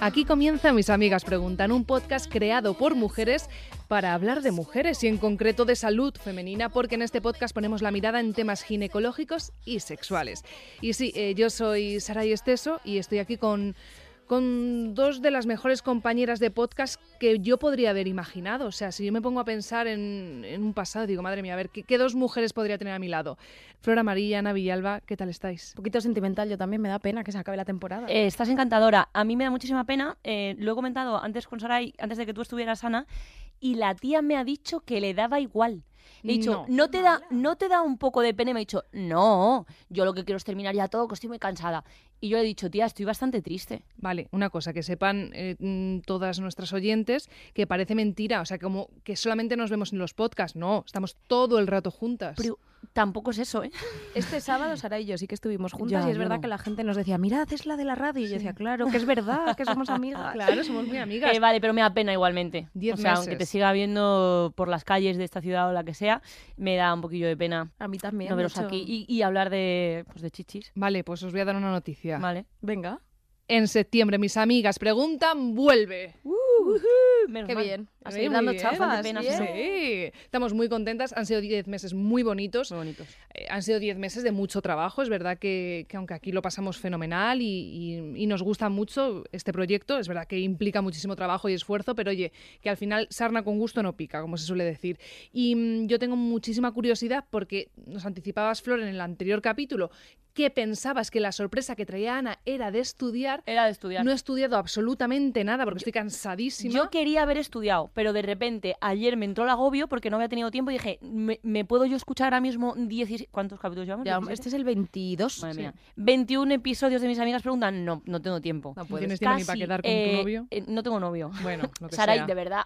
Aquí comienza Mis Amigas Preguntan, un podcast creado por mujeres para hablar de mujeres y en concreto de salud femenina, porque en este podcast ponemos la mirada en temas ginecológicos y sexuales. Y sí, eh, yo soy Saray Esteso y estoy aquí con, con dos de las mejores compañeras de podcast que yo podría haber imaginado. O sea, si yo me pongo a pensar en, en un pasado, digo, madre mía, a ver, ¿qué, qué dos mujeres podría tener a mi lado? Flora María, Ana Villalba, ¿qué tal estáis? Un poquito sentimental, yo también me da pena que se acabe la temporada. Eh, estás encantadora. A mí me da muchísima pena. eh, lo he comentado antes con Saray, antes de que tú estuvieras Ana, y la tía me ha dicho que le daba igual. Le he dicho, No. no, te da, no te da un poco de pena. Y me ha dicho, no, yo lo que quiero es terminar ya todo, que estoy muy cansada. Y yo le he dicho, tía, estoy bastante triste. Vale, una cosa, que sepan eh, mm, todas nuestras oyentes que parece mentira, o sea, como que solamente nos vemos en los podcasts, no, estamos todo el rato juntas. Pero tampoco es eso, ¿eh? Este sábado Sara y yo sí que estuvimos juntas Ya, y es yo verdad no. que la gente nos decía, mirad, es la de la radio. Y yo decía, claro, que es verdad, que somos amigas. claro, somos muy amigas. Eh, vale, pero me da pena igualmente. Diez o sea, aunque meses. te siga viendo por las calles de esta ciudad o la que sea, me da un poquillo de pena A mí también. no de veros hecho. aquí y, y hablar de, pues, de chichis. Vale, pues os voy a dar una noticia. Vale. Venga. En septiembre, mis amigas preguntan, vuelve. Menos Qué mal. bien. A Eh, seguir muy dando bien. chafas. Bastante pena, bien. Sí, estamos muy contentas, han sido 10 meses muy bonitos, Muy bonitos. Eh, han sido 10 meses de mucho trabajo, es verdad que, que aunque aquí lo pasamos fenomenal y, y- y nos gusta mucho este proyecto, es verdad que implica muchísimo trabajo y esfuerzo, pero oye, que al final sarna con gusto no pica, como se suele decir. Y mm, yo tengo muchísima curiosidad porque nos anticipabas, Flor, en el anterior capítulo, que pensabas que la sorpresa que traía Ana era de estudiar. Era de estudiar. No he estudiado absolutamente nada porque estoy cansadísima. Yo quería haber estudiado, pero de repente ayer me entró el agobio porque no había tenido tiempo y dije, ¿me, me puedo yo escuchar ahora mismo 16... ¿Cuántos capítulos llevamos? Ya, 17. este es el 22. Madre Sí. mía. 21 episodios de mis amigas preguntan, no, no tengo tiempo. No No puedes. tienes tiempo ni Casi, para quedar con eh, tu novio. eh, no tengo novio. Bueno, lo que Saray, sea. de verdad.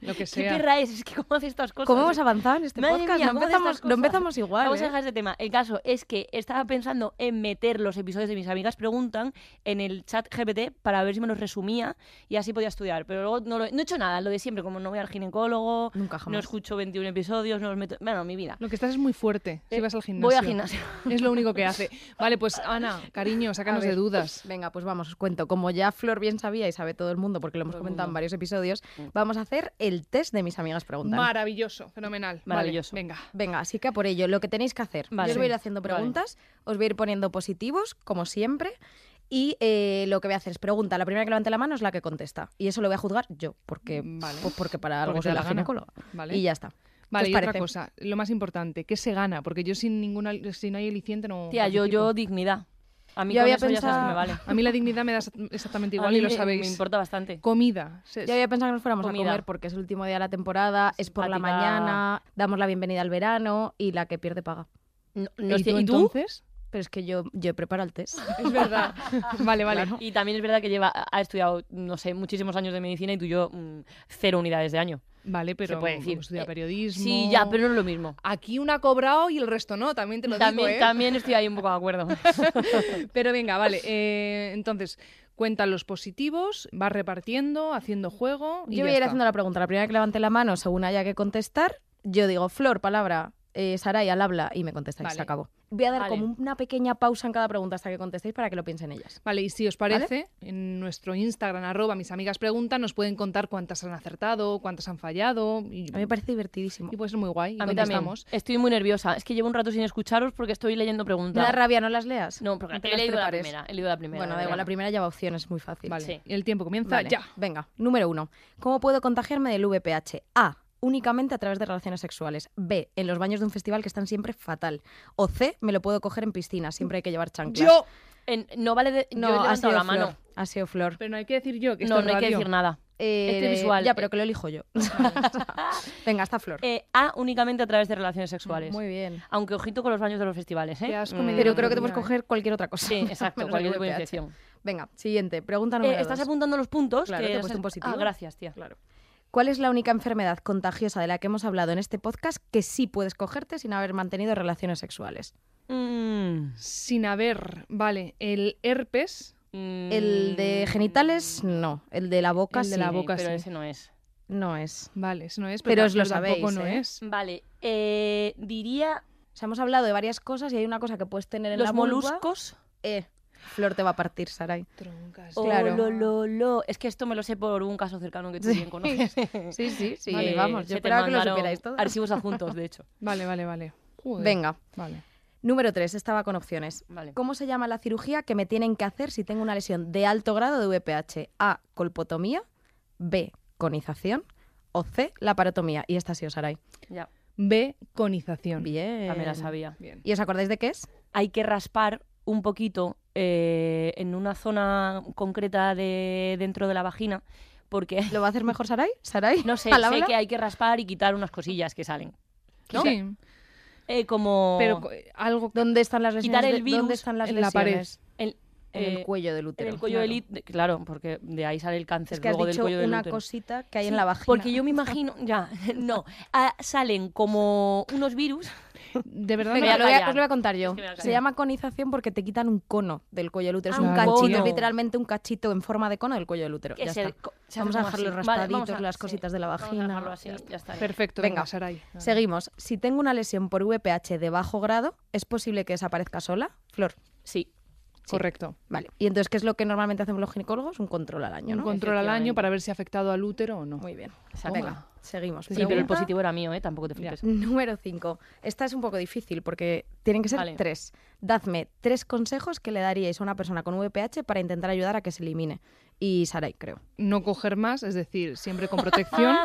Lo que ¿Qué sea. perra es? Es que cómo hace estas cosas. ¿Cómo hemos avanzado en este Madre podcast? mía, no, ¿cómo de empezamos, estas no cosas? empezamos igual. Vamos a ¿eh? dejar ese tema. El caso es que estaba pensando en meter los episodios de mis amigas preguntan en el chat GPT para ver si me los resumía y así podía estudiar. Pero luego no, lo- no he hecho nada, lo de siempre, como no voy al ginecólogo, Nunca no jamás. escucho 21 episodios, no los meto. Bueno, mi vida. Lo que estás es muy fuerte. Si Eh, vas al gimnasio. Voy al gimnasio. Es lo único que hace. Vale, pues Ana, cariño, sácanos A de ver, dudas. Venga, pues vamos, os cuento. Como ya Flor bien sabía y sabe todo el mundo, porque lo hemos Todo el comentado en mundo. varios episodios, vamos a hacer el test de mis amigas preguntan. Maravilloso, fenomenal. Vale, Maravilloso. venga. Venga, así que a por ello, lo que tenéis que hacer. Vale. Yo os voy a ir Sí. haciendo Vale. preguntas, os voy a ir poniendo positivos, como siempre, y eh, lo que voy a hacer es pregunta. La primera que levante la mano es la que contesta. Y eso lo voy a juzgar yo, porque, Vale. pues porque para Porque algo te soy da la la gana. ginecóloga. Vale. Y ya está. Vale, ¿Qué y os otra parece? cosa, lo más importante, ¿qué se gana? Porque yo sin ninguna, si no hay aliciente no. Tía, yo, yo participo. dignidad. A mí Yo con había eso ya sabes que me pensado- vale. A mí la dignidad me da exa- exactamente A igual mí y lo me- sabéis. Me importa bastante. Comida. Se- Yo había pensado que nos fuéramos pues Comida. a comer porque es el último día de la temporada, es por la Simpática. mañana, damos la bienvenida al verano y la que pierde paga. No- no ¿Y sé, tú ¿Y tú? entonces? Pero es que yo, yo he preparado el test. Es verdad. Vale, vale. Y también es verdad que lleva, ha estudiado, no sé, muchísimos años de medicina y tú y yo mm, cero unidades de año. Vale, pero puede decir. como estudia Eh, periodismo. Sí, ya, pero no es lo mismo. Aquí una ha cobrado y el resto no, también te lo También, digo, ¿eh? también estoy ahí un poco de acuerdo. Pero venga, vale. eh, entonces, cuentan los positivos, vas repartiendo, haciendo juego. y ya Yo voy a ir está. haciendo la pregunta. La primera que levante la mano, según haya que contestar, yo digo Flor, palabra, eh, Saray al habla y me contestáis. Vale. Se acabó. Voy a dar Vale. como una pequeña pausa en cada pregunta hasta que contestéis para que lo piensen ellas. Vale, y si os parece, en nuestro Instagram, arroba mis amigas preguntan, nos pueden contar cuántas han acertado, cuántas han fallado. Y, A mí me parece divertidísimo. y puede ser muy guay. y A mí también. contestamos. Estoy muy nerviosa. Es que llevo un rato sin escucharos porque estoy leyendo ¿Me da preguntas. rabia no las leas? No, porque No te he las leído la prepares. primera. He leído la primera. bueno, da la igual, la verdad. primera lleva opciones, muy fácil. Vale. Sí. y el tiempo comienza Vale, ya. Venga, número uno. ¿Cómo puedo contagiarme del VPH? A. Únicamente a través de relaciones sexuales. B. En los baños de un festival que están siempre fatal. O C. Me lo puedo coger en piscina. Siempre hay que llevar chanclas. Yo. En- no vale. de- yo No, he ha levantado sido la Flor. mano. Ha sido Flor. Pero no hay que decir yo, que Este esto No, es no hay que radio. decir nada. Eh, Este visual, Ya, eh. pero que lo elijo yo. Venga, está Flor. Eh, a únicamente a través de relaciones sexuales. Muy bien. Aunque ojito con los baños de los festivales, ¿eh? Qué asco Mm. me dio Pero creo que te Mira, puedes eh. coger cualquier otra cosa. Sí, exacto. Menos cualquier el tipo de VPH. infección. Venga, siguiente. Pregunta Eh, número estás dos. apuntando los puntos. Claro, que te he has- puesto un positivo. Ah, gracias, tía. Claro. ¿Cuál es la única enfermedad contagiosa de la que hemos hablado en este podcast que sí puedes cogerte sin haber mantenido relaciones sexuales? Mm. Sin haber, vale, el herpes. El de Mm. genitales, no. El de la boca, El de sí. la boca, pero sí. ese no es. No es. Vale, eso no es, Pero pero, os lo pero tampoco sabéis, no ¿eh? es. Vale, eh, diría O sea, hemos hablado de varias cosas y hay una cosa que puedes tener en los la vulva. moluscos. Eh, Flor te va a partir, Saray. Troncas. Oh, Claro. lo, lo, lo. Es que esto me lo sé por un caso cercano que tú bien conoces. Sí, sí, sí. Que vamos, se te yo esperaba que lo mandaron supierais todo. Archivos adjuntos, de hecho. Eh, Vale, vale, vale. Joder. Venga. Vale. Número 3, estaba con opciones. Vale. ¿Cómo se llama la cirugía que me tienen que hacer si tengo una lesión de alto grado de VPH? A, colpotomía, B, conización o C, laparotomía. Y esta sí os hará. Ya, B, conización. Bien. también la sabía. Bien. ¿Y os acordáis de qué es? Hay que raspar un poquito eh, en una zona concreta de dentro de la vagina porque ¿Lo va a hacer mejor Sarai? ¿Sarai? no sé, ¿Al sé habla? que hay que raspar y quitar unas cosillas que salen. ¿No? Sí, Eh, como pero co- algo ¿Dónde están las lesiones? Quitar el de- virus ¿Dónde están las en la pared. lesiones? el, en eh, el cuello en del útero. el cuello del Claro. lit- de- claro, porque de ahí sale el cáncer Es que has luego del dicho cuello del una útero. cosita que hay Sí, en la vagina. Porque yo me imagino, ya, no, ah, salen como unos virus de verdad Me no- Venga, voy a lo voy a, callar. os lo voy a contar yo. Es que me voy a se callar. llama conización porque te quitan un cono del cuello del útero. Ah, es un un cachito, cono. es literalmente un cachito en forma de cono del cuello del útero. que Ya se, está. co- se Vamos hacen como a dejar los así. Vale, raspaditos, vamos a- las cositas de la vamos a vagina. dejarlo así, ya está. Perfecto, Venga. venga, Saray. Seguimos. Si tengo una lesión por VPH de bajo grado, ¿es posible que desaparezca sola? Flor. Sí, Correcto. Vale. Y entonces, ¿qué es lo que normalmente hacemos los ginecólogos? Un control al año, Un ¿no? control al Efectivamente. año para ver si ha afectado al útero o no. Muy bien. Exacto. Venga, seguimos. Sí, sí, pero el Pregunta- positivo era mío, ¿eh? Tampoco te flipes. Número 5. Esta es un poco difícil porque tienen que ser Vale. tres. Dadme tres consejos que le daríais a una persona con VPH para intentar ayudar a que se elimine. Y Sarai, creo. No coger más, es decir, siempre con protección.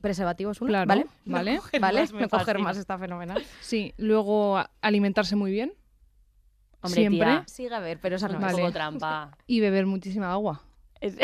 Preservativos, uno, Claro, ¿vale? ¿vale? No coger ¿Vale? más, me no coger fascina. más, está fenomenal. Sí, luego a- alimentarse muy bien Hombre, Siempre. tía, Sigue a ver, pero esa no, no un Vale. poco trampa. y beber muchísima agua. Es-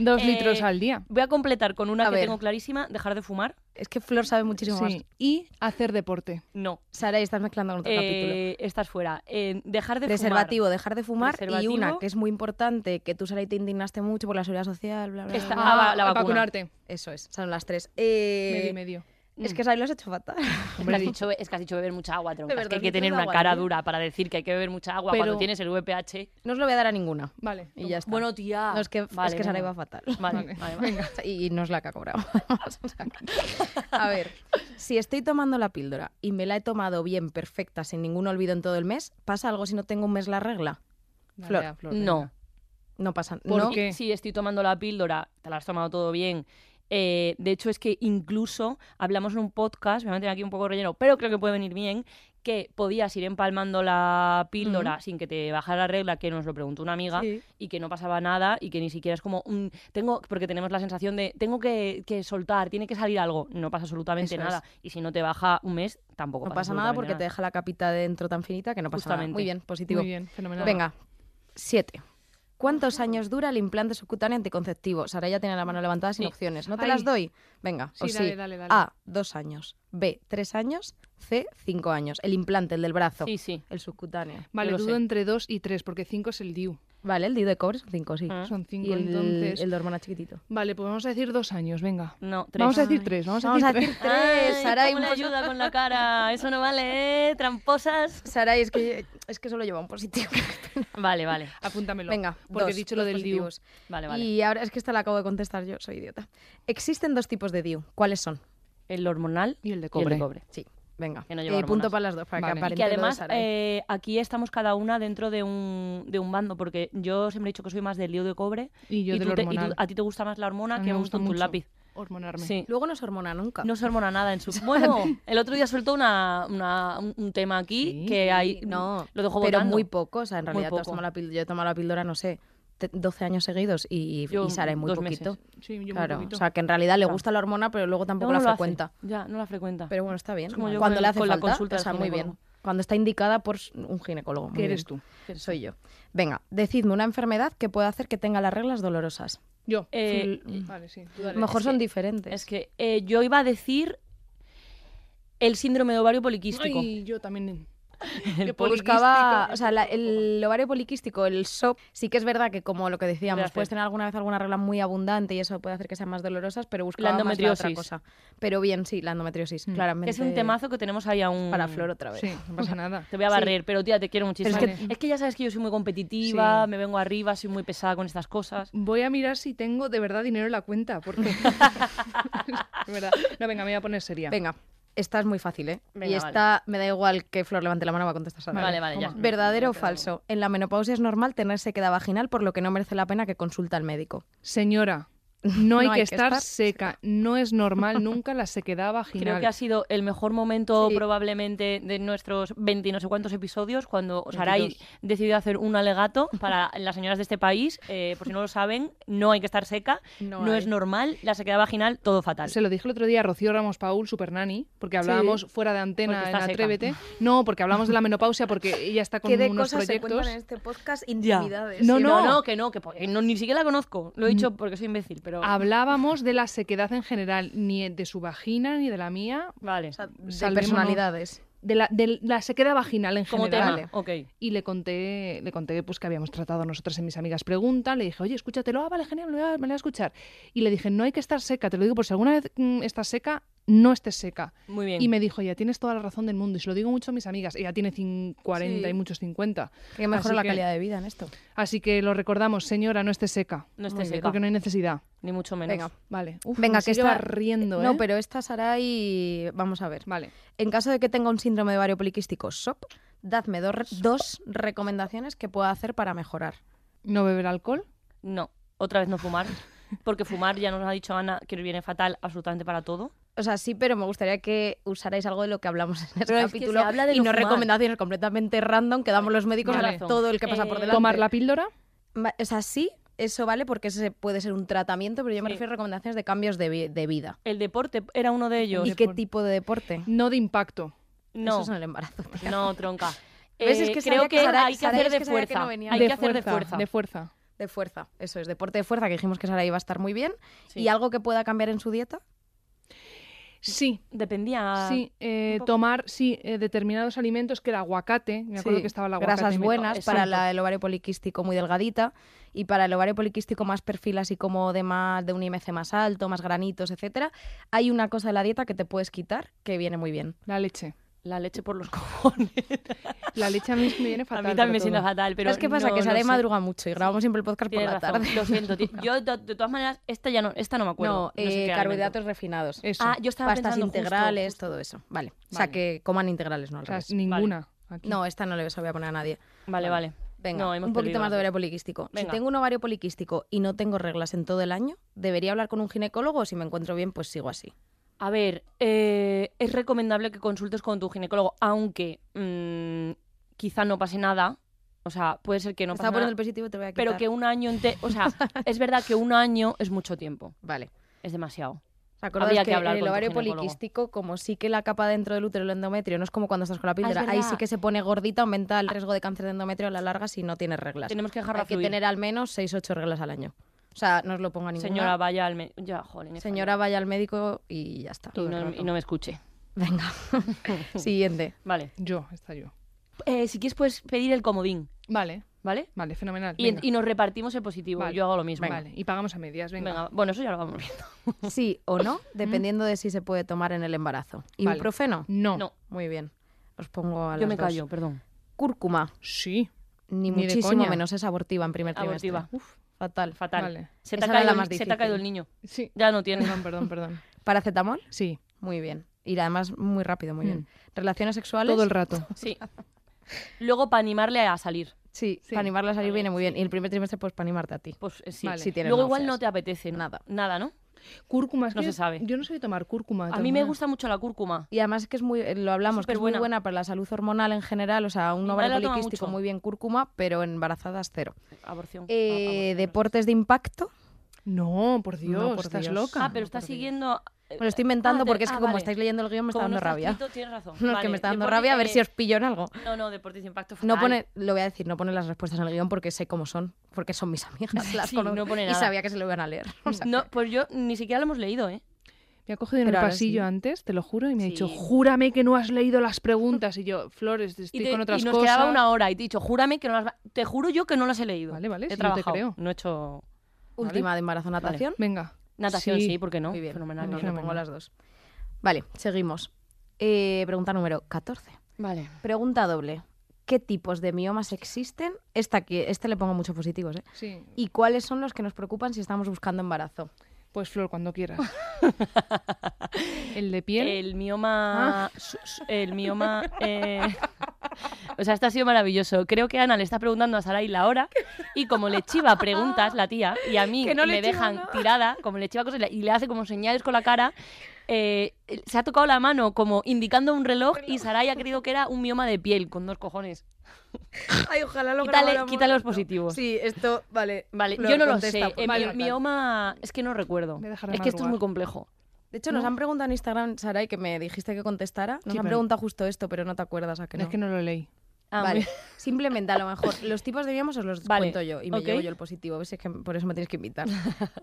Dos Eh, litros al día. Voy a completar con una A que ver. tengo clarísima. ¿Dejar de fumar? es. Es que Flor sabe muchísimo más. Sí. Y hacer deporte. No. Sarai, estás mezclando con otro capítulo. Eh, estás fuera. Eh, dejar de Preservativo, fumar. dejar de fumar y Preservativo. una que es muy importante, que tú Sarai te indignaste mucho por la seguridad social, bla, bla, bla. Esta- bla. Ah, va- la a vacuna. vacunarte. Eso es, son las tres. Medio Eh, y medio. Es Mm. que Sarai lo has hecho fatal. Es que, has dicho, es que has dicho beber mucha agua, tronca. De Es que hay verdad, que litros tener de una agua, cara tío. dura para decir que hay que beber mucha agua Pero- cuando tienes el VPH. No os lo voy a dar a ninguna. Vale. Y ya está. Bueno, tía. No, es que, Vale, es que Sara venga. iba fatal. Vale, Vale. vale, vale. Venga. Y, y no es la que ha cobrado. O sea, a ver, si estoy tomando la píldora y me la he tomado bien, perfecta, sin ningún olvido en todo el mes, ¿pasa algo si no tengo un mes la regla? Dale Flor. a Flor, No. venga. No pasa. ¿Por no. qué? Sí, estoy tomando la píldora, te la has tomado todo bien. Eh, de hecho, es que incluso hablamos en un podcast, me voy a meter aquí un poco relleno, pero creo que puede venir bien, que podías ir empalmando la píldora sin que te bajara la regla, que nos lo preguntó una amiga, Sí. y que no pasaba nada, y que ni siquiera es como un... Tengo, porque tenemos la sensación de, tengo que, que soltar, tiene que salir algo. No pasa absolutamente Eso nada. Y si no te baja un mes, tampoco No pasa nada porque te deja la capita dentro tan finita que no pasa Justamente. nada. Muy bien, positivo. Muy bien, fenomenal. Venga, siete. ¿Cuántos años dura el implante subcutáneo anticonceptivo? Sara ya tiene la mano levantada sin Sí. opciones. ¿No te Ay. las doy? Venga, Sí, os dale, dale, dale. A, dos años. B, tres años. C, cinco años. El implante, el del brazo. Sí, sí. El subcutáneo. Vale, yo lo dudo sé. entre dos y tres, porque cinco es el DIU. Vale, el DIU de cobre son cinco, sí. Ah. Son cinco, Y el, entonces. el de hormona chiquitito. Vale, pues vamos a decir dos años, venga. No, tres. Vamos a decir tres, vamos a Vamos a decir decir tres. Ay, Sarai, ¿cómo un le posi- ayuda con la cara? Eso no vale, ¿eh? Tramposas. Sarai, es que, es que solo lleva un positivo. Vale, vale, tres. Apúntamelo. Venga, porque dos, he dicho lo dos del DIU. positivos. vale, vale. Y ahora es que esta la acabo de contestar yo, soy idiota. Existen dos tipos de DIU. ¿Cuáles son? El hormonal Y el de y el de cobre. cobre. Sí, venga. Eh, Que no lleva punto hormonas. para las dos, para Vale. Y Y que que aparente lo de además Sarai. eh, aquí estamos cada una dentro de un, de un bando, porque yo siempre he dicho que soy más del lío de cobre Y yo y, del tú te- y tú- hormonal. a ti te gusta más la hormona que me un gusta tonto, un mucho lápiz. Hormonarme. Sí. Luego no se hormona nunca. No se hormona nada en su... Bueno, el otro día soltó una, una- un- un tema aquí Sí. que hay... no, lo dejó pero votando. muy poco. O sea, en Muy realidad tú has poco. tomado la píldora, yo he tomado la píldora, no sé, te- 12 años seguidos y, Yo y Sarai muy dos poquito. meses. Sí, yo muy Claro, poquito. o sea, que en realidad le gusta la hormona, pero luego tampoco Luego la no lo hace. frecuenta. Ya, no la frecuenta. Pero bueno, está bien. Es como yo Cuando con le el- hace con la falta, consulta o del sea, muy bien. ginecólogo. Cuando está indicada por s- un ginecólogo. muy ¿Qué eres bien. tú? Soy yo. Venga, decidme una enfermedad que pueda hacer que tenga las reglas dolorosas. Yo. mm, Eh, Vale, sí. tú dale. Mejor es son que- diferentes. Es que eh, yo iba a decir el síndrome de ovario poliquístico. Ay, yo también. El Yo Pues poliquístico, buscaba, yo o sea, la- el ovario poliquístico, el SOP, sí que es verdad que como lo que decíamos, Gracias. puedes tener alguna vez alguna regla muy abundante y eso puede hacer que sean más dolorosas, pero buscaba La más la otra endometriosis. cosa. Pero bien, sí, la endometriosis, Mm. claramente. Mm, Que es un temazo que tenemos ahí aún. para Flor otra vez. Sí, no pasa nada. Te voy a barrer, pero tía, te quiero muchísimo. Pero es es, que, ya sabes que yo soy muy competitiva, Sí. me vengo arriba, soy muy pesada con estas cosas. Voy a mirar si tengo de verdad dinero en la cuenta, porque. De verdad. No, venga, me voy a poner seria. Venga, Esta es muy fácil, ¿eh? y Venga, esta vale. me da igual que Flor levante la mano, va a contestar Sara. Vale, vale, ya. Toma. ¿Verdadero o Me quedo- falso? En la menopausia es normal tener sequedad vaginal, por lo que no merece la pena que consulta al médico. Señora, no hay, que, estar, seca. No es normal nunca la sequedad vaginal. Creo que ha sido el mejor momento Sí. probablemente de nuestros 20 y no sé cuántos episodios cuando Sarai 22. decidió hacer un alegato para las señoras de este país. Eh, por si no lo saben, no hay que estar seca, no, hay. es normal, la sequedad vaginal, todo fatal. Se lo dije el otro día a Rocío Ramos Paul, Supernani, porque hablábamos fuera de antena Porque en está seca. Atrévete. No, porque hablamos de la menopausia porque ella está con ¿Qué de unos cosas se proyectos. cuentan en este podcast? Ya. Intimidades. No, Sí, no. que no, que po- que no, ni siquiera la conozco. Lo he dicho porque soy imbécil, pero... Ah, Hablábamos de la sequedad en general, ni de su vagina ni de la mía, Vale, O sea, de Salvémonos. personalidades. de la, de la sequedad vaginal en como general. tema, ok. Y le conté, le conté pues que habíamos tratado nosotras en mis amigas pregunta, le dije, oye, escúchatelo, ah, vale, genial, me lo voy a, me lo voy a escuchar. Y le dije, no hay que estar seca, te lo digo por si alguna vez mm, estás seca, no estés seca. Muy bien. Y me dijo, ya tienes toda la razón del mundo. Y se lo digo mucho a mis amigas. Ella tiene cin- 40 Sí. y muchos 50. Que mejora Así la que- calidad de vida en esto. Así que lo recordamos, señora, no esté seca. No esté Muy bien. seca, Porque no hay necesidad. ni mucho menos. Venga. Vale. Uf, Venga, me que sigue esta- barriendo, No, ¿eh? pero esta Sara y vamos a ver. Vale. En caso de que tenga un síndrome de ovario poliquístico SOP, dadme dos, re- dos recomendaciones que pueda hacer para mejorar. No beber alcohol. No, otra vez no fumar, porque fumar, ya nos ha dicho Ana, que nos viene fatal absolutamente para todo. O sea, sí, pero me gustaría que usarais algo de lo que hablamos en este Pero es que capítulo se habla de y no no fumar. recomendaciones completamente random que damos los médicos Vale. a todo el que pasa Eh, por delante. Tomar la píldora. Va- O sea, sí, eso vale porque ese puede ser un tratamiento, pero yo me Sí. refiero a recomendaciones de cambios de, vi- de vida. El deporte era uno de ellos. ¿Y Depor- qué tipo de deporte? No de impacto. No, Eso es en el embarazo. tía. no, tronca. ¿Ves? Es Eh, que sabía creo que que Sara- hay que Sara hacer es de que sabía que fuerza. no venía. Hay De que hacer de fuerza. De fuerza. De fuerza, eso es, deporte de fuerza, que dijimos que Sara iba a estar muy bien. Sí. ¿Y algo que pueda cambiar en su dieta? Sí. Dependía. Sí, eh, poco. tomar sí, eh, determinados alimentos que el aguacate, me acuerdo que estaba el aguacate. grasas me- buenas Exacto. para la- el ovario poliquístico muy delgadita y para el ovario poliquístico más perfil así como de más de un IMC más alto, más granitos, etcétera, hay una cosa de la dieta que te puedes quitar que viene muy bien. La leche. La leche por los cojones. La leche a mí me viene a fatal. mí para también me siento todo. fatal, pero. ¿Sabes qué pasa? no que lo Sara sé. madruga mucho y grabamos siempre el podcast por Tienes la razón, tarde. Lo siento, ti- Yo, de, de todas maneras, esta ya no, esta no me acuerdo. No, sé eh, qué carbohidratos alimento. refinados, Eso. Ah, yo estaba pastas pensando justo, integrales, justo. todo eso. Vale. O sea, Vale. que coman integrales, no al o sea, revés. ninguna. aquí. No, esta no le voy a poner a nadie. Vale, vale. Venga, No, hemos un poquito perdido más de las ovario poliquístico. Venga. Si tengo un ovario poliquístico y no tengo reglas en todo el año, ¿debería hablar con un ginecólogo o si me encuentro bien, pues sigo así? A ver, eh, es recomendable que consultes con tu ginecólogo, aunque mm, quizá no pase nada. O sea, puede ser que no Me estaba pase poniendo nada. el positivo te lo voy a quitar. Pero que un año entero. O sea, es verdad que un año es mucho tiempo. Vale. Es demasiado. O sea, acordaos Habría que, que hablar en el con tu ovario ginecólogo. poliquístico, como sí que la capa dentro del útero, el endometrio, no es como cuando estás con la píldora, ahí Ah, verdad. Ah. sí que se pone gordita, aumenta el riesgo de cáncer de endometrio a la larga si no tienes reglas. Tenemos que dejarla Hay que fluir. tener al menos 6-8 reglas al año. O sea, no os lo ponga ninguna. Señora, vaya al. me- Ya, jolín, he Señora, vaya al médico y ya está. fallado. Y no, y no me escuche. Venga. Siguiente. Vale. Yo, está yo. Eh, si quieres, puedes pedir el comodín, Vale, ¿vale? vale, fenomenal. Y, venga. y nos repartimos el positivo. Vale. Yo hago lo mismo. Vale, y pagamos a medias, venga. Venga, bueno, eso ya lo vamos viendo. Sí o no, dependiendo de si se puede tomar en el embarazo. Vale. ¿Ibuprofeno? No. No. Muy bien. Os pongo a Yo las me dos. callo, perdón. Cúrcuma. Sí. Ni, Ni de muchísimo coña. menos es abortiva en primer trimestre. Abortiva. Uf, Fatal. Fatal. Vale. Se, te ha Esa era caído la el- más se te ha caído difícil. el niño. sí. Ya no tiene. Perdón, perdón, perdón. ¿Paracetamol? Sí. Muy bien. Y además muy rápido, muy bien. Mm. ¿Relaciones sexuales? Todo el rato. Sí. Luego para animarle a salir. Sí, Sí. para animarla a salir Vale, viene muy bien. Y el primer trimestre, pues para animarte a ti. Pues eh, sí. Vale. Si tienes Luego igual no náuseas. te apetece ¿no? Nada. Nada, ¿no? Cúrcuma. es No que se sabe. Yo no soy de tomar cúrcuma. de A todas mí me maneras. gusta mucho la cúrcuma. Y además que es muy, eh, lo hablamos, que es muy Superbuena. buena para la salud hormonal en general, o sea, un Mi ovario madre la toma poliquístico mucho. Ah, muy bien cúrcuma, pero en embarazadas cero. Aborción. Eh, Ah, aborción. deportes de impacto. No, por Dios, por estás Dios. loca. Ah, pero está Por Dios. siguiendo. Me lo estoy inventando Ah, te- porque es que ah, como vale. estáis leyendo el guión me está Como no dando está rabia. escrito, tienes razón. No, es que Vale, me está dando deportes, rabia a ver eh, si os pillo en algo. No, no, deportes de impacto. No fatal. pone, lo voy a decir, no pone las respuestas en el guión porque sé cómo son, porque son mis amigas. las Sí, conozco. no pone Y nada. sabía que se lo iban a leer. O sea, No, pues yo ni siquiera lo hemos leído, ¿eh? Me ha cogido en Pero el ahora pasillo sí. antes, te lo juro, y me ha dicho, Sí. júrame que no has leído las preguntas. Y yo, Flores, Y, estoy te- con otras y nos cosas. quedaba una hora y te he dicho, júrame que no las. va- Te juro yo que no las he leído. Vale, vale, He sí, yo te trabajado. creo. No he hecho Última de embarazo natación. Venga. natación, Sí. sí, porque no. Muy bien. Fenomenal. Bueno, bien. le pongo las dos. Vale, seguimos. Eh, pregunta número 14. Vale. Pregunta doble. ¿Qué tipos de miomas existen? Esta aquí, este le pongo muchos positivos, ¿eh? Sí. ¿Y cuáles son los que nos preocupan si estamos buscando embarazo? Pues Flor, cuando quieras. ¿El de piel? El Ah. mioma. su- su- El mioma. eh, O sea, esto ha sido maravilloso. Creo que Ana le está preguntando a Sarai la hora y como le chiva preguntas la tía y a mí Que no le me chiva, dejan ¿no? tirada, como le chiva cosas y le- y le hace como señales con la cara. eh, se ha tocado la mano como indicando un reloj y Sarai ha creído que era un mioma de piel con dos cojones. Ay, ojalá lo Quítale, grabáramos. quítale los positivos. Sí, esto, vale. Vale, lo yo no lo sé. contesta, por eh, mi- favor. mioma es que no recuerdo. Voy a dejar de Es que esto es madrugar. muy complejo. De hecho, nos No. han preguntado en Instagram, Saray, que me dijiste que contestara. Nos Sí, han pero- preguntado justo esto, pero no te acuerdas a que no. Es que no lo leí. Ah, vale. muy- Simplemente, a lo mejor, los tipos de miomas os los Vale, cuento yo y me ok. llevo yo el positivo. ¿Ves? Es que por eso me tienes que invitar.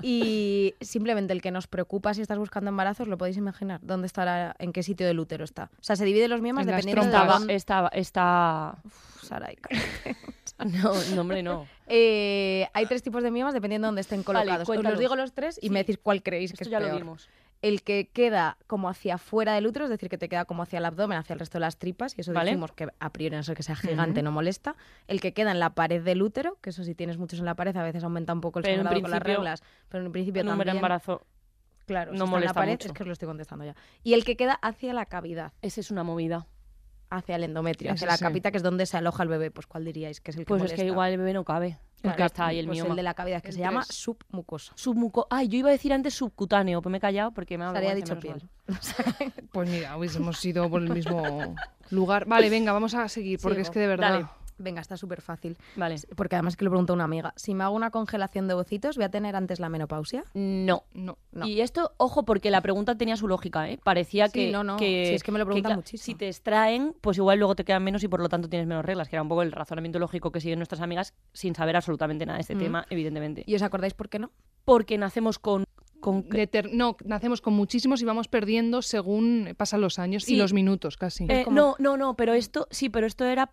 Y simplemente el que nos preocupa si estás buscando embarazos, lo podéis imaginar. ¿Dónde estará? ¿En qué sitio del útero está? O sea, se divide los miomas En las dependiendo de trompas. Estaba, dónde- estaba, está... Uf, Saray. No, no, hombre, no. Eh, hay tres tipos de miomas dependiendo de dónde estén Vale, colocados. Os cuéntanos. los digo los tres y Sí. me decís cuál creéis que Esto ya es lo peor. vimos. El que queda como hacia fuera del útero, es decir, que te queda como hacia el abdomen, hacia el resto de las tripas, y eso Vale. dijimos que a priori, a no ser que sea gigante, no molesta. El que queda en la pared del útero, que eso si tienes muchos en la pared, a veces aumenta un poco el Pero en sangrado con las principio, reglas, pero en principio Número de también. embarazo. claro, si no está en la molesta pared, mucho. es que os lo estoy contestando ya. Y el que queda hacia la cavidad, Esa es una movida. hacia el endometrio, Ese hacia la sí. capita, que es donde se aloja el bebé, pues ¿cuál dirías que es el que Pues es molesta? que igual el bebé no cabe. El Claro, que está ahí el pues mioma. el de la cavidad, que El se llama tres. submucosa. Submuco- Ay, yo iba a decir antes subcutáneo, pero me he callado porque me ha Se dado había vergüenza, dicho piel. menos Pues mira, hubiésemos ido por el mismo lugar. Vale, venga, vamos a seguir, porque Sigo. es que de verdad. Dale. Venga, está súper fácil. mal. Vale. Porque además que lo preguntó una amiga. Si me hago una congelación de ovocitos, ¿voy a tener antes la menopausia? No. No. No. Y esto, ojo, porque la pregunta tenía su lógica, ¿eh? Parecía Sí, que, no, no. que- Sí, es que me lo preguntan cla- muchísimo. Si te extraen, pues igual luego te quedan menos y por lo tanto tienes menos reglas, que era un poco el razonamiento lógico que siguen nuestras amigas sin saber absolutamente nada de este Mm. tema, evidentemente. ¿Y os acordáis por qué no? Porque nacemos con... con Deter- no, nacemos con muchísimos y vamos perdiendo según pasan los años y Sí. los minutos casi. Eh, No, no, no, pero esto, sí, pero esto era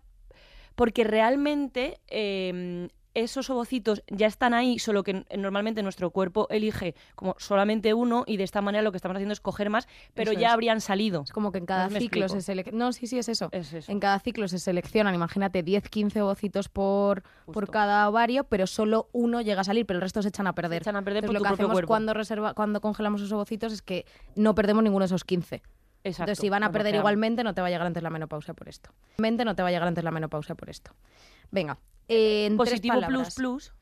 porque realmente eh, esos ovocitos ya están ahí, solo que n- normalmente nuestro cuerpo elige como solamente uno y de esta manera lo que estamos haciendo es coger más, pero Eso ya es. habrían salido. Es como que en cada No me ciclo explico. se selecciona. No, sí, sí, es eso. Es eso. En cada ciclo se seleccionan, imagínate, 10, 15 ovocitos por, por Justo. cada ovario, pero solo uno llega a salir, pero el resto se echan a perder. Se echan a perder por Entonces, tu lo que propio hacemos cuerpo. cuando, reserva, cuando congelamos esos ovocitos es que no perdemos ninguno de esos 15. Exacto, Entonces, si van a nos lo perder quedamos. igualmente, no te va a llegar antes la menopausia por esto. Mente no te va a llegar antes la menopausia por esto. Venga. eh, en tres Positivo plus palabras. plus.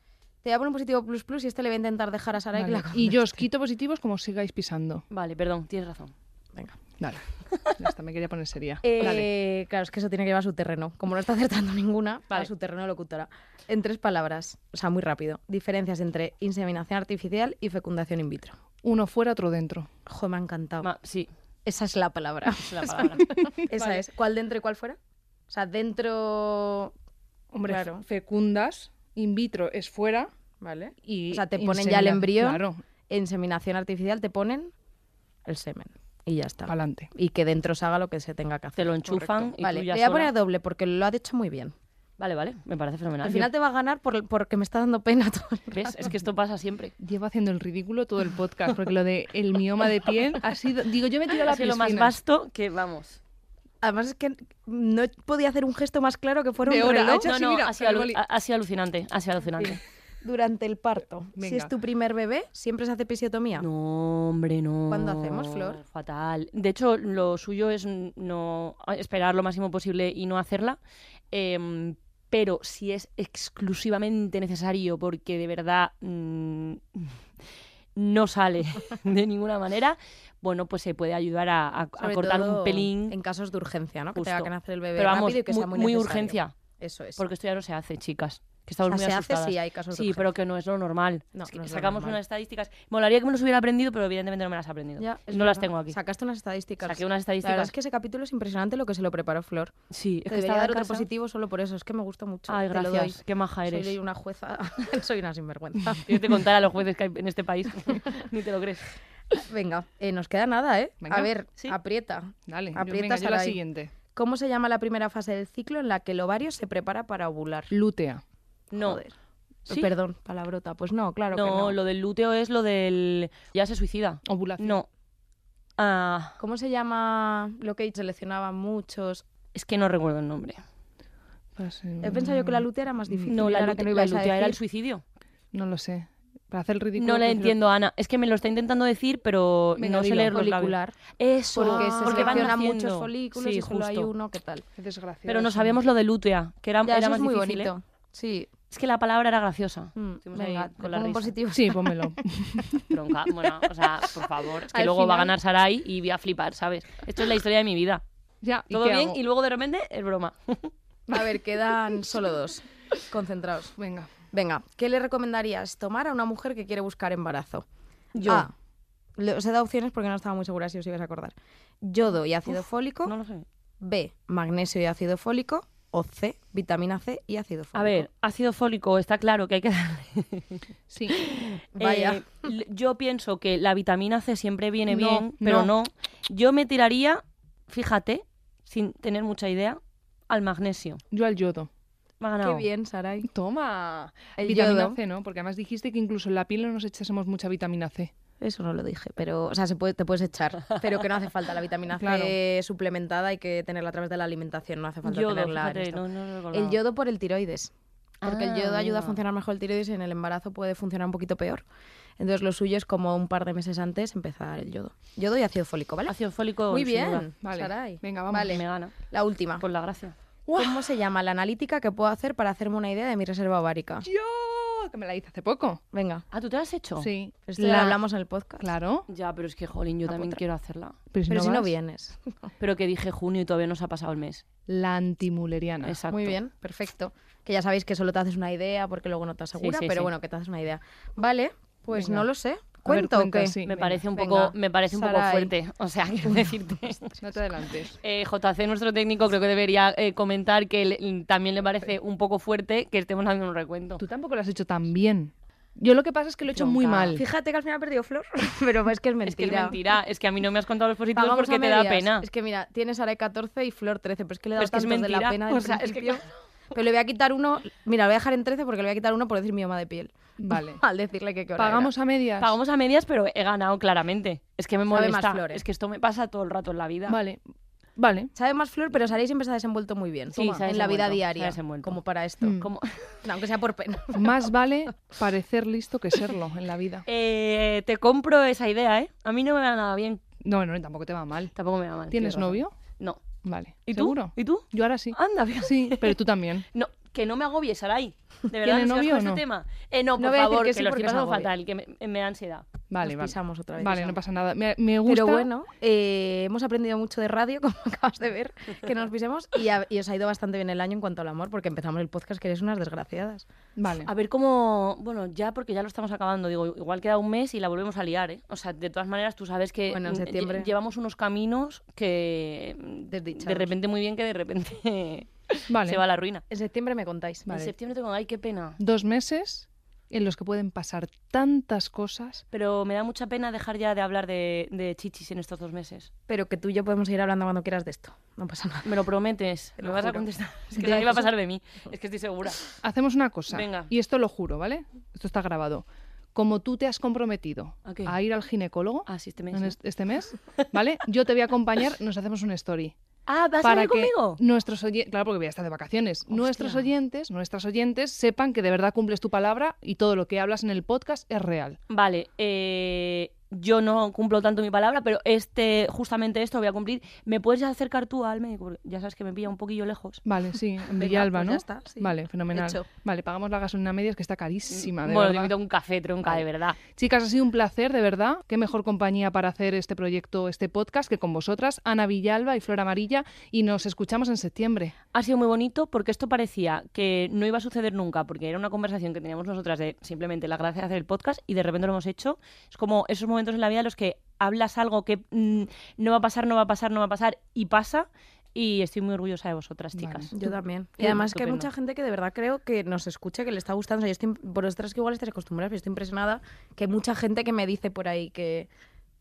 Te voy a poner un positivo plus plus y este le voy a intentar dejar a Sara Vale. que la Y conteste. yo os quito positivos como sigáis pisando. Vale, perdón, tienes razón. Venga. Dale. Ya está, me quería poner seria. Eh, Dale. Claro, es que eso tiene que llevar a su terreno. Como no está acertando ninguna, Vale. a su terreno de locutora. En tres palabras, o sea, muy rápido. Diferencias entre inseminación artificial y fecundación in vitro. Uno fuera, otro dentro. Joder, me ha encantado. Ma- sí, Esa es la palabra. es la palabra. Esa Vale. es. ¿Cuál dentro y cuál fuera? O sea, dentro... Hombre, Claro. fe- fecundas, in vitro es fuera Vale. y O sea, te ponen ya el insemina- embrión. Claro, Inseminación artificial te ponen el semen. Y ya está. pa'lante. Y que dentro se haga lo que se tenga que hacer. Te lo enchufan y tú Vale, ya le voy a sola- poner doble porque lo ha dicho muy bien. Vale, vale, me parece fenomenal. Al final te va a ganar por, porque me está dando pena todo. el ¿Ves? Es que esto pasa siempre. Llevo haciendo el ridículo todo el podcast, porque lo de el mioma de piel ha sido. Digo, yo me he tirado a la Ha sido lo más piscina. vasto que vamos. Además es que no podía hacer un gesto más claro que fuera De un hora, reloj ¿eh? hecho No, así, no, mira, ha sido, con el alu- boli. ha- ha sido alucinante, ha sido alucinante. durante el parto. Si Venga. es tu primer bebé, ¿siempre se hace episiotomía? No, hombre, no. ¿Cuándo hacemos, Flor? Fatal. De hecho, lo suyo es n- no esperar lo máximo posible y no hacerla. Em, pero si es exclusivamente necesario porque de verdad mm, no sale de ninguna manera, bueno, pues se puede ayudar a, a- a Sobre cortar todo un pelín. En casos de urgencia, ¿no? Que Justo. tenga que nacer el bebé pero vamos, rápido y que muy, sea muy muy necesario. urgencia. Eso es. Porque esto ya no se hace, chicas. Que O sea, estamos muy se hace asustadas. si hay casos de Sí, pero que no es lo normal. No, Es que no es lo sacamos normal. unas estadísticas. Molaría que me los hubiera aprendido, pero evidentemente no me las he aprendido. Ya, es no las verdad. tengo aquí. Sacaste unas estadísticas. Saqué unas La verdad estadísticas. es que ese capítulo es impresionante lo que se lo preparó Flor. Sí, Te es que debería estaba dar en otro casa. positivo solo por eso. Es que me gusta mucho. Ay, Te lo doy. gracias. Qué maja eres. Soy una jueza. Soy una sinvergüenza. Yo te contara a los jueces que hay en este país. Ni te lo crees. Venga, eh, nos queda nada, ¿eh? Venga. A ver, Sí. aprieta. Dale, yo, Aprieta, venga, yo la Sarai. siguiente. ¿Cómo se llama la primera fase del ciclo en la que el ovario se prepara para ovular? Lútea. No. Joder. ¿Sí? Perdón, palabrota. Pues no, claro no, que no. lo del luteo es lo del. Ya se suicida. Ovulación. No. Ah, ¿Cómo se llama lo que seleccionaban muchos? es que no recuerdo el nombre. Pues, He mm, pensado yo que la lutea era más difícil. No, la era lute- que no la ibais a lutea era el decir. suicidio. No lo sé. Para hacer el ridículo. No la prefiero- entiendo, Ana. Es que me lo está intentando decir, pero Venga, no sé dilo. leer los labios. folicular. Eso, Porque se Ah. van seleccionan naciendo. muchos folículos Sí, y solo hay justo. uno, ¿qué tal? Qué desgracia. Pero no sabíamos lo de lútea, que era, Ya, era eso más es muy difícil, ¿eh? bonito. Sí. Es que la palabra era graciosa. Mm, Estuvimos ahí venga, con la pongo un risa. positivo. Sí, pónmelo. Bronca, bueno, o sea, por favor. Es que Al luego va a final- ganar Sarai y voy a flipar, ¿sabes? Esto es la historia de mi vida. ya, ¿y Todo qué bien hago? y luego de repente es broma. A ver, quedan solo dos. Concentraos. Venga. Venga, ¿qué le recomendarías tomar a una mujer que quiere buscar embarazo? Yo. A. Le- Os he dado opciones porque no estaba muy segura si os ibas a acordar. Yodo y ácido fólico. No lo sé. B. Magnesio y ácido fólico. O C. Vitamina C y ácido fólico. A ver, ácido fólico, está claro que hay que darle. Sí. Vaya. Eh, l- yo pienso que la vitamina C siempre viene No, bien, pero no. no. Yo me tiraría, fíjate, sin tener mucha idea, al magnesio. Yo al yodo. Me ha Qué ganado. bien, Saray. Toma. El vitamina yodo. C, ¿no? Porque además dijiste que incluso en la piel no nos echásemos mucha vitamina C. Eso no lo dije, pero, o sea, se puede, te puedes echar, pero que no hace falta la vitamina Claro. C suplementada, hay que tenerla a través de la alimentación, no hace falta Yodo, tenerla. en fíjate, esto. no- no lo recordaba. El yodo por el tiroides. Porque Ah, el yodo amiga. ayuda a funcionar mejor el tiroides y en el embarazo puede funcionar un poquito peor. Entonces lo suyo es como un par de meses antes empezar el yodo. Yodo y ácido fólico, ¿vale? Ácido fólico. Muy sin duda. bien, Vale. Saray. Venga, vamos. Vale. Me gana. La última. Por la gracia. ¿Cómo se llama la analítica que puedo hacer para hacerme una idea de mi reserva ovárica? Yo, que me la hice hace poco. Venga. pues Ah, ¿tú te lo has hecho? Sí. Esto ya La- lo hablamos en el podcast. Claro. Ya, pero es que, jolín, yo La también potra. quiero hacerla. Pero si Pero no, si no vas, vienes. Pero que dije junio y todavía no se ha pasado el mes. La antimuleriana. Exacto. Muy bien, perfecto. Que ya sabéis que solo te haces una idea porque luego no te asegura, sí, pero sí. bueno, que te haces una idea. Vale, pues Venga. no lo sé. A ver, ¿Cuento o cuenta, qué? sí. me venga, parece un venga. poco, me parece un poco Sarai. fuerte. O sea, quiero decirte. No te adelantes. Eh, JC, nuestro técnico, creo que debería eh, comentar que le- también le parece un poco fuerte que estemos haciendo un recuento. Tú tampoco lo has hecho tan bien. Yo lo que pasa es que lo he hecho muy Tronca. mal. Fíjate que al final ha perdido Flor, pero es que es mentira. Es que es mentira, es que a mí no me has contado los positivos Pagamos porque a te da medias. pena. Es que mira, tienes Saray 14 y Flor 13, pero es que le he Pero dado es que es tantos de la mentira. pena del O sea, es que principio. Pero le voy a quitar uno, mira, le voy a dejar en 13 porque le voy a quitar uno por decir mi mamá de piel. Vale. Al decirle que qué hora era. Pagamos a medias. Pagamos a medias, pero he ganado claramente. Es que me Sabe más molesta. flores. Es que esto me pasa todo el rato en la vida. Vale. Vale. Sabe más Flor, pero Saray siempre se ha desenvuelto muy bien. Sí, Toma, se ha en la desenvuelto, se vida ha diaria, desenvuelto. como para esto. Mm. Como- No, aunque sea por pena. Más vale parecer listo que serlo en la vida. Eh, te compro esa idea, ¿eh? A mí no me va nada bien. No, no, tampoco te va mal. Tampoco me va mal. ¿Tienes tienes novio? razón. No. Vale. ¿Y tú? ¿Seguro? ¿Y tú? Yo ahora sí. Anda, fíjate. Sí, pero tú también. No, que no me agobies, Saray. De verdad, ¿Tiene no sigas novio con o este no? tema. Eh, no, por No voy a decir favor, que que, sí lo porque estoy se me pasando agobia. fatal, que me, me da ansiedad. Vale, Nos vale. pisamos otra vez. Vale, o sea. no pasa nada. Me, me gusta. Pero bueno, eh, hemos aprendido mucho de radio, como acabas de ver, que no nos pisemos. Y, ha- y os ha ido bastante bien el año en cuanto al amor, porque empezamos el podcast que eres unas desgraciadas. Vale. A ver cómo. Bueno, ya porque ya lo estamos acabando. Digo, igual queda un mes y la volvemos a liar, ¿eh? O sea, de todas maneras, tú sabes que Bueno, en mm, lle- septiembre. llevamos unos caminos que. mm, De Desdichados. repente muy bien, que de repente Vale. se va a la ruina. En septiembre me contáis. Vale. En septiembre tengo. Ay, qué pena. Dos meses en los que pueden pasar tantas cosas. Pero me da mucha pena dejar ya de hablar de, de chichis en estos dos meses. Pero que tú y yo podemos seguir hablando cuando quieras de esto. No pasa nada. Me lo prometes. Te me lo vas a juro. contestar. Es que De- Saray va a pasar de mí. Es que estoy segura. Hacemos una cosa. Venga. Y esto lo juro, ¿vale? Esto está grabado. Como tú te has comprometido ¿A qué? ir al ginecólogo Ah, sí, este mes. en ¿no? est- este mes, ¿vale? Yo te voy a acompañar, nos hacemos un story. Ah, ¿vas a para ir que conmigo? nuestros oyentes, claro, porque voy a estar de vacaciones, nuestros oyentes, nuestras oyentes sepan que de verdad cumples tu palabra y todo lo que hablas en el podcast es real. Vale, eh, yo no cumplo tanto mi palabra, pero este, justamente esto voy a cumplir. ¿Me puedes acercar tú al médico? Porque ya sabes que me pilla un poquillo lejos. Vale, sí, en Venga, Villalba, pues ¿no? ya está, sí. Vale, fenomenal. Hecho. Vale, pagamos la gasolina media, es que está carísima, de bueno, te verdad. invito a un café, tronca, de verdad. Chicas, ha sido un placer, de verdad. Qué mejor compañía para hacer este proyecto, este podcast, que con vosotras, Ana Villalba y Flor Amarilla, y nos escuchamos en septiembre. Ha sido muy bonito porque esto parecía que no iba a suceder nunca, porque era una conversación que teníamos nosotras de simplemente la gracia de hacer el podcast y de repente lo hemos hecho. Es como esos momentos en la vida en los que hablas algo que mm, no va a pasar, no va a pasar, no va a pasar y pasa. Y estoy muy orgullosa de vosotras, Vale. chicas. Yo también. Y Bien, además que hay estupendo. mucha gente que de verdad creo que nos escucha, que le está gustando. O sea, yo estoy, por vosotras que igual estáis acostumbradas, pero estoy impresionada que hay mucha gente que me dice por ahí que,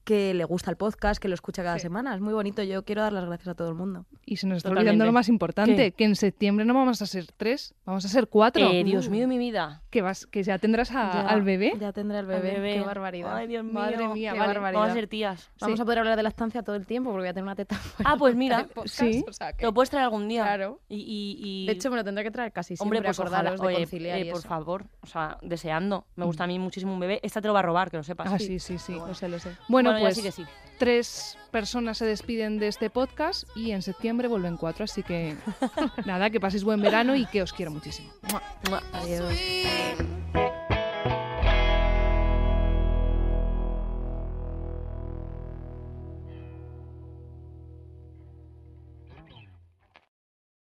que le gusta el podcast, que lo escucha cada Sí. semana. Es muy bonito. Yo quiero dar las gracias a todo el mundo. Y se nos está Totalmente. olvidando lo más importante, ¿Qué? que en septiembre no vamos a ser tres, vamos a ser cuatro. Uh, Eh, Dios mío, mi vida. Que, vas, que ya tendrás a- Ya- al bebé. Ya tendré al Al bebé. bebé. Qué barbaridad. Ay, Dios mío. Madre mía, Qué vale, barbaridad. Vamos a ser tías. Vamos Sí. a poder hablar de la estancia todo el tiempo porque voy a tener una teta fuera. Ah, pues mira, sí. o sea que- lo puedes traer algún día. Claro. Y, y- y- De hecho, me lo tendré que traer casi siempre. hombre, pues acordaros ojalá. Oye, de conciliar eh, y por eso. Mm. favor, o sea, deseando. Me gusta a mí muchísimo un bebé. Esta te lo va a robar, que lo sepas. Ah, sí, sí, sí. Lo sé, lo sé. Bueno, ya pues sí que sí. tres personas se despiden de este podcast y en septiembre vuelven cuatro, así que nada, que paséis buen verano y que os quiero muchísimo. Mua. Adiós. Sweet